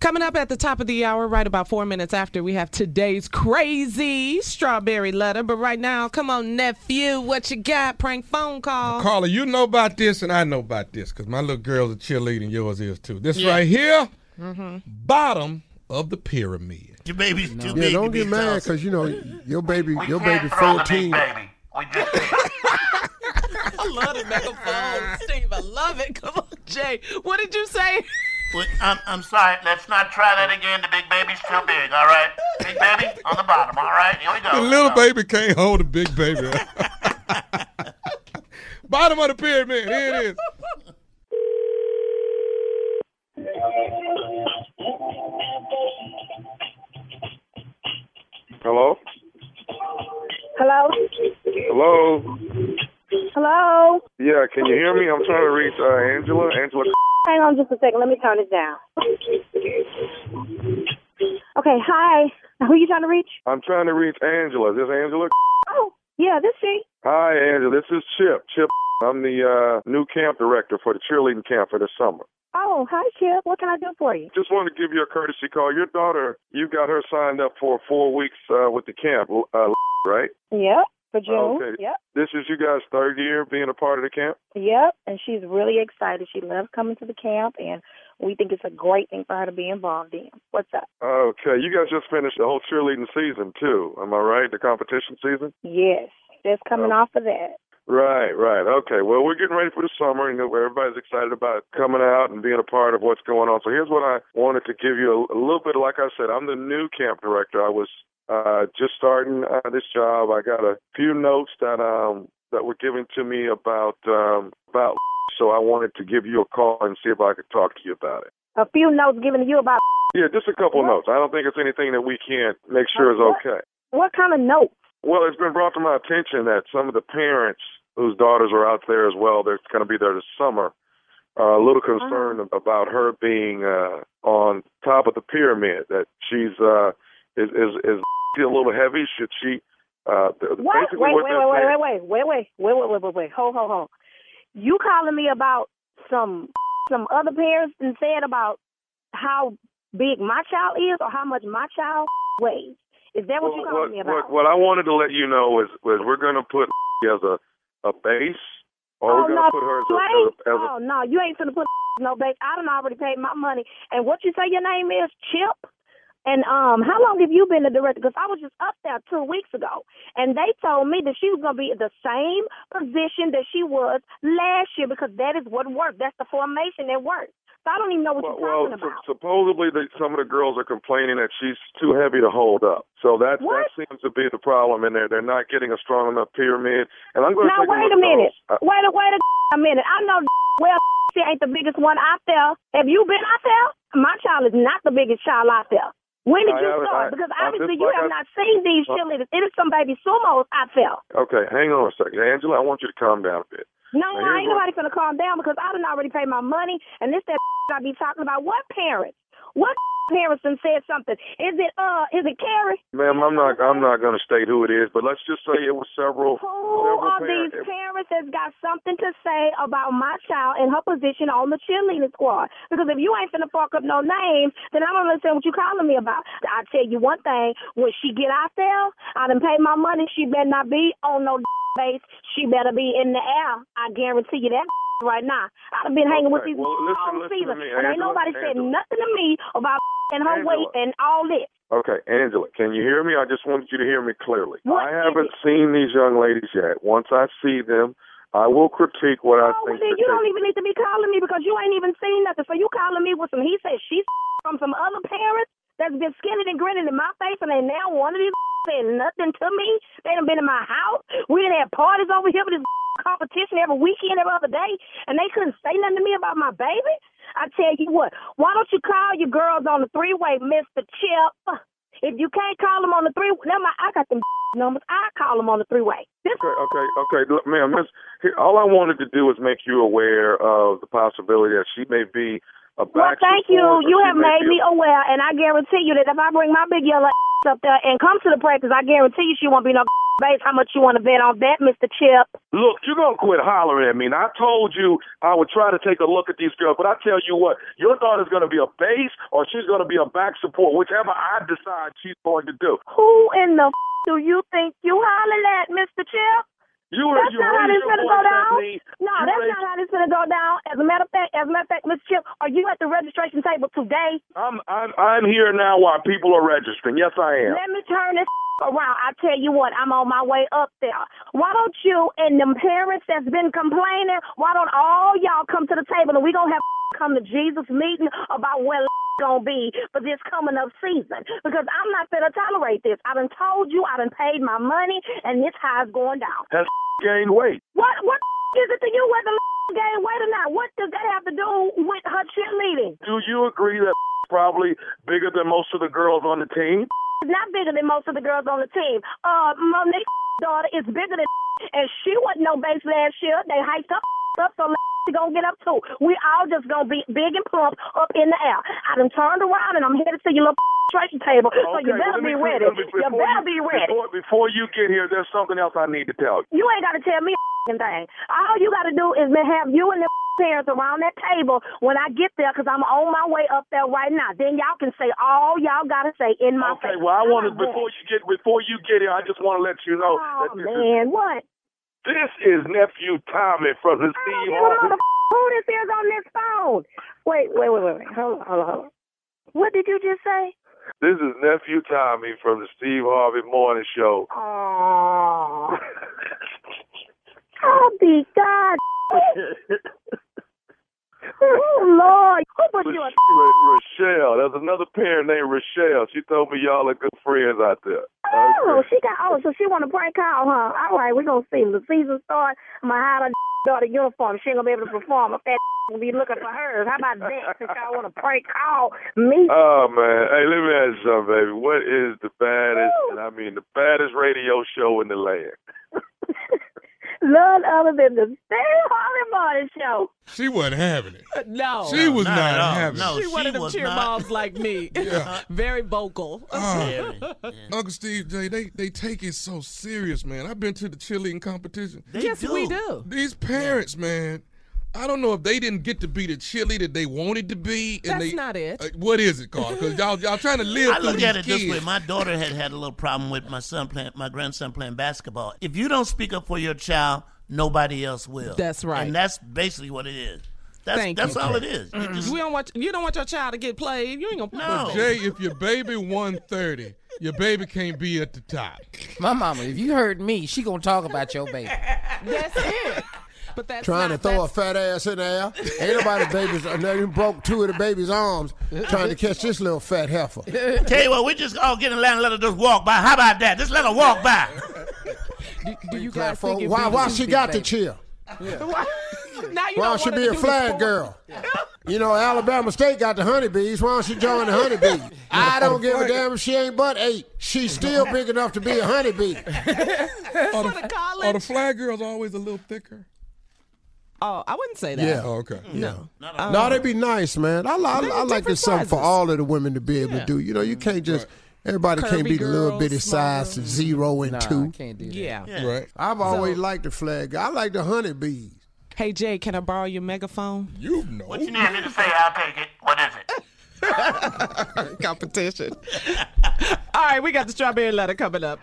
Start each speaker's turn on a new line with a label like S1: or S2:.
S1: Coming up at the top of the hour, right about four minutes after, we have today's crazy strawberry letter. But right now, come on, nephew, what you got? Prank phone call.
S2: Carla, you know about this, and I know about this because my little girl's a cheerleader, and yours is too. This
S3: Yeah.
S2: right here,
S4: Mm-hmm.
S2: bottom of the pyramid.
S3: Your baby's too big.
S5: Yeah,
S3: to
S5: don't
S3: be
S5: get mad
S3: tossed.
S5: because you know your baby,
S4: We
S5: your
S4: can't
S5: baby,
S4: throw the big
S5: fourteen.
S4: baby. We just can't.
S1: I love the megaphone, Steve. I love it. Come on, Jay. What did you say?
S3: But I'm, I'm
S4: All
S3: sorry.
S4: right, let's not try that again. The big baby's too big, all right? Big baby on the bottom, all right? Here we
S2: The
S4: go.
S2: little
S4: Go.
S2: baby can't hold a big baby. bottom of the pyramid. Here it is.
S6: Hello?
S7: Hello?
S6: Hello?
S7: Hello?
S6: Yeah, can you hear me? I'm trying to reach uh, Angela. Angela.
S7: Hang on just a second. Let me turn it down. Okay, hi. Who are you trying to reach?
S6: I'm trying to reach Angela. Is this Angela?
S7: Oh, yeah, this she.
S6: Hi, Angela. This is Chip. Chip. I'm the uh, new camp director for the cheerleading camp for the summer.
S7: Oh, hi, Chip. What can I do for you?
S6: Just wanted to give you a courtesy call. Your daughter, you got her signed up for four weeks uh, with the camp, uh, right?
S7: Yep, for June.
S6: Okay.
S7: Yep,
S6: This is you guys' third year being a part of the camp?
S7: yep. And she's really excited. She loves coming to the camp, and we think it's a great thing for her to be involved in. What's up?
S6: Okay. You guys just finished the whole cheerleading season, too. Am I right? The competition season?
S7: Yes, just coming off of that.
S6: Right, right. Okay. Well, we're getting ready for the summer, and everybody's excited about coming out and being a part of what's going on. So here's what I wanted to give you a, a little bit. Like I said, I'm the new camp director. I was uh, just starting uh, this job. I got a few notes that um, that were given to me about um, about. So I wanted to give you a call and see if I could talk to you about it.
S7: A few notes given to you about
S6: Yeah, just a couple
S7: What?
S6: notes. I don't think it's anything that we can't make sure is
S7: What?
S6: okay.
S7: what kind of notes?
S6: Well, it's been brought to my attention that some of the parents whose daughters are out there as well, they're going to be there this summer, are a little concerned
S7: Oh.
S6: about her being uh, on top of the pyramid. That she's uh, is is is a little heavy. Should she? Uh, th-
S7: What?
S6: Basically
S7: Wait,
S6: what
S7: wait,
S6: they're
S7: wait,
S6: saying-
S7: wait, wait, wait, wait, wait, wait, wait, wait, wait. Hold, hold, hold. You calling me about some some other parents and said about how big my child is or how much my child weighs? Is that what you
S6: Well,
S7: calling me about?
S6: What, what I wanted to let you know is, was we're going to put as a a base, or
S7: oh
S6: we're going to
S7: no,
S6: put her as
S7: you
S6: a, as
S7: ain't.
S6: a, as a
S7: oh no, you ain't finna put no base. I done already paid my money. And what you say your name is Chip? And um, how long have you been the director? Because I was just up there two weeks ago, and they told me that she was gonna be in the same position that she was last year because that is what worked. That's the formation that worked. So I don't even know what you're
S6: well,
S7: talking
S6: well,
S7: about.
S6: su- supposedly the, some of the girls are complaining that she's too heavy to hold up. So that
S7: What?
S6: that seems to be the problem in there. They're not getting a strong enough pyramid. And I'm going
S7: Now
S6: to take
S7: wait
S6: look
S7: a
S6: at
S7: minute.
S6: those. Uh,
S7: Wait a wait a, a minute. I know well she ain't the biggest one out there. Have you been out there? My child is not the biggest child out there. When did
S6: I
S7: you
S6: haven't- I-
S7: start? because
S6: I-
S7: obviously
S6: just
S7: you
S6: like
S7: have
S6: I-
S7: not seen these
S6: Uh,
S7: cheerleaders. It is some baby sumos out there.
S6: okay, hang on a second, Angela. I want you to calm down a bit.
S7: No,
S6: Now,
S7: no,
S6: here's
S7: ain't
S6: what-
S7: nobody finna calm down because I done already paid my money and this that I be talking about. What parents? What parents done said something? Is it uh is it Carrie?
S6: Ma'am, I'm not. I'm not going to state who it is, but let's just say it was several.
S7: Who
S6: several
S7: of
S6: parents.
S7: these parents has got something to say about my child and her position on the cheerleading squad? Because if you ain't finna fuck up no name, then I don't understand what you calling me about. I tell you one thing: when she get out there, I done paid my money. She better not be on no base. She better be in the air. I guarantee you that. Right now, I done been hanging with
S6: Okay,
S7: these
S6: well, listen-
S7: all
S6: listen to
S7: season,
S6: me,
S7: and ain't
S6: Angela,
S7: nobody said
S6: Angela.
S7: nothing to me about and her
S6: Angela.
S7: weight and all this.
S6: Okay, Angela, can you hear me? I just wanted you to hear me clearly.
S7: What
S6: I
S7: is
S6: haven't seen these young ladies yet. Once I see them, I will critique what I
S7: Oh, well,
S6: think.
S7: then
S6: that
S7: you
S6: they-
S7: don't even need to be calling me because you ain't even seen nothing. So you calling me with some he said she's from some other parents that's been skinning and grinning in my face, and they now one of these said nothing to me. They done been in my house. We done had parties over here with this competition every weekend, every other day, and they couldn't say nothing to me about my baby. I tell you what, why don't you call your girls on the three way, Mister Chip? If you can't call them on the three, never mind. I got them numbers. I call them on the three way. This
S6: Okay, okay, okay, Look, ma'am. Miss, here, all I wanted to do was make you aware of the possibility that she may be a
S7: Well,
S6: back.
S7: thank you. You have made me aware, and I guarantee you that if I bring my big yellow up there and come to the practice, I guarantee you she won't be no base how much you want to bet on that, Mr. Chip.
S8: Look, you're gonna quit hollering at me. Now, I told you I would try to take a look at these girls, but I tell you what, your daughter's gonna be a base or she's gonna be a back support, whichever I decide she's going to do.
S7: Who in the f- do you think you hollering at, Mr. Chip?
S8: You
S7: That's
S8: you
S7: not how
S8: raise
S7: this
S8: your
S7: gonna go
S8: voice at
S7: down.
S8: me.
S7: No,
S8: You
S7: that's
S8: raise-
S7: not how this gonna go down. As a matter of fact, as a matter of fact, Mr. Chip, are you at the registration table today?
S8: I'm I'm I'm here now while people are registering. Yes, I am.
S7: Let me turn this around. I tell you what, I'm on my way up there. Why don't you and them parents that's been complaining, why don't all y'all come to the table and we gonna have come to Jesus meeting about where gonna be for this coming up season because I'm not gonna tolerate this. I done told you, I done paid my money, and this high is going down.
S8: Has gained weight.
S7: What what is it to you whether gain weight or not? What does that have to do with her cheerleading?
S8: Do you agree that probably bigger than most of the girls on the team?
S7: is not bigger than most of the girls on the team. Uh, Monique's daughter is bigger than, and she wasn't no base last year. They hiked up up, so she gonna get up too. We all just gonna be big and plump up in the air. I done turned around and I'm headed to your little registration table, so you
S8: Okay,
S7: better
S8: let
S7: be
S8: me clear-
S7: ready.
S8: let me-
S7: you
S8: before
S7: better be ready.
S8: Before, before you get here, there's something else I need to tell you.
S7: You ain't gotta tell me a thing. All you gotta do is have you and the parents around that table when I get there, cause I'm on my way up there right now. Then y'all can say all y'all gotta say in my face.
S8: Okay,
S7: Oh,
S8: well,
S7: I'm
S8: I want
S7: not
S8: to
S7: ready.
S8: before you get before you get here, I just want to let you know
S7: Oh
S8: that this is,
S7: man, what?
S8: this is nephew Tommy from the
S7: I don't
S8: Steve
S7: give a
S8: Harvey.
S7: mother who this is on this phone. Wait, wait, wait, wait, wait. Hold on, hold on, hold on. What did you just say?
S8: This is nephew Tommy from the Steve Harvey Morning Show.
S7: Oh, I'll be God. Oh, Lord. Who put you on?
S8: Rochelle, there's another pair named Rochelle. She told me y'all are good friends out there.
S7: Oh,
S8: Okay.
S7: she got, oh, so she want to prank call, huh? All right, we're going to see. When the season start, I'm going to hide her daughter uniform. She ain't going to be able to perform. If that will be looking for hers. How about that? Since y'all want to prank call me.
S8: Oh man, hey, let me ask you something, baby. What is the baddest, and I mean the baddest radio show in the land?
S7: None other than the Steve Harvey Morning Show.
S6: She wasn't having it.
S1: No.
S6: She was
S4: Oh, not
S6: not,
S4: at all.
S6: having
S4: No.
S6: it.
S1: She one
S4: she
S1: of them
S4: was
S1: cheer
S4: not.
S1: moms like me.
S6: Yeah.
S1: Very vocal.
S6: Uh,
S4: Very. Yeah.
S6: Uncle Steve J, they, they take it so serious, man. I've been to the cheerleading competition.
S4: They
S1: yes, we do.
S6: These parents, man, I don't know if they didn't get to be the cheerleader they wanted to be. And
S1: That's
S6: they,
S1: not it.
S6: Uh, what is it, Carl? Because y'all y'all trying to live.
S4: I
S6: through
S4: look
S6: these
S4: at it
S6: kids.
S4: this way: my daughter had had a little problem with my son playing, my grandson playing basketball. If you don't speak up for your child, nobody else will.
S1: That's right.
S4: and that's basically what it is. That's
S1: Thank
S4: that's
S1: you. Mm-hmm.
S4: all it is. You just-
S1: We don't want you don't want your child to get played. You ain't gonna
S4: no,
S6: Jay, if your baby 130, your baby can't be at the top.
S9: My mama, if you heard me, she gonna talk about your baby.
S1: That's it. But that's
S10: Trying to
S1: not-
S10: throw a
S1: that's-
S10: fat ass in the air. Ain't nobody's babies. I never even broke two of the baby's arms trying to catch this little fat heifer.
S4: tell you what, we just all get in line and let her just walk by. How about that? Just let her walk by.
S1: Do, do you guys
S10: Platform.
S1: think it
S10: Why?
S1: be-
S10: Why she got to cheer?
S1: Why- now you
S10: Why
S1: don't
S10: don't she
S1: want her
S10: be
S1: to
S10: a
S1: do the
S10: flag
S1: sport.
S10: girl? You know, Alabama State got the honeybees. Why don't she join the honeybees? I don't give a damn if she ain't but eight. She's still big enough to be a honeybee.
S6: Are the,
S1: to college.
S6: are the fly girls always a little thicker?
S1: Oh, I wouldn't say that.
S10: Yeah.
S6: Oh, okay.
S10: No. No, they be nice, man. I, li- I,
S1: They're
S10: I like
S1: different
S10: this something for
S1: sizes.
S10: all of the women to be able to do. You know, you can't just everybody can't
S1: Curvy
S10: be the little
S1: girls,
S10: bitty
S1: small
S10: size
S1: girls.
S10: zero and
S9: Nah, I
S10: two.
S9: can't do that.
S1: Yeah.
S6: Right.
S10: I've always liked the flag. I like the honeybees.
S1: Hey Jay, can I borrow your megaphone?
S6: You know.
S11: What you need me to say, I'll take it. What is it?
S1: Competition. All right, we got the strawberry letter coming up.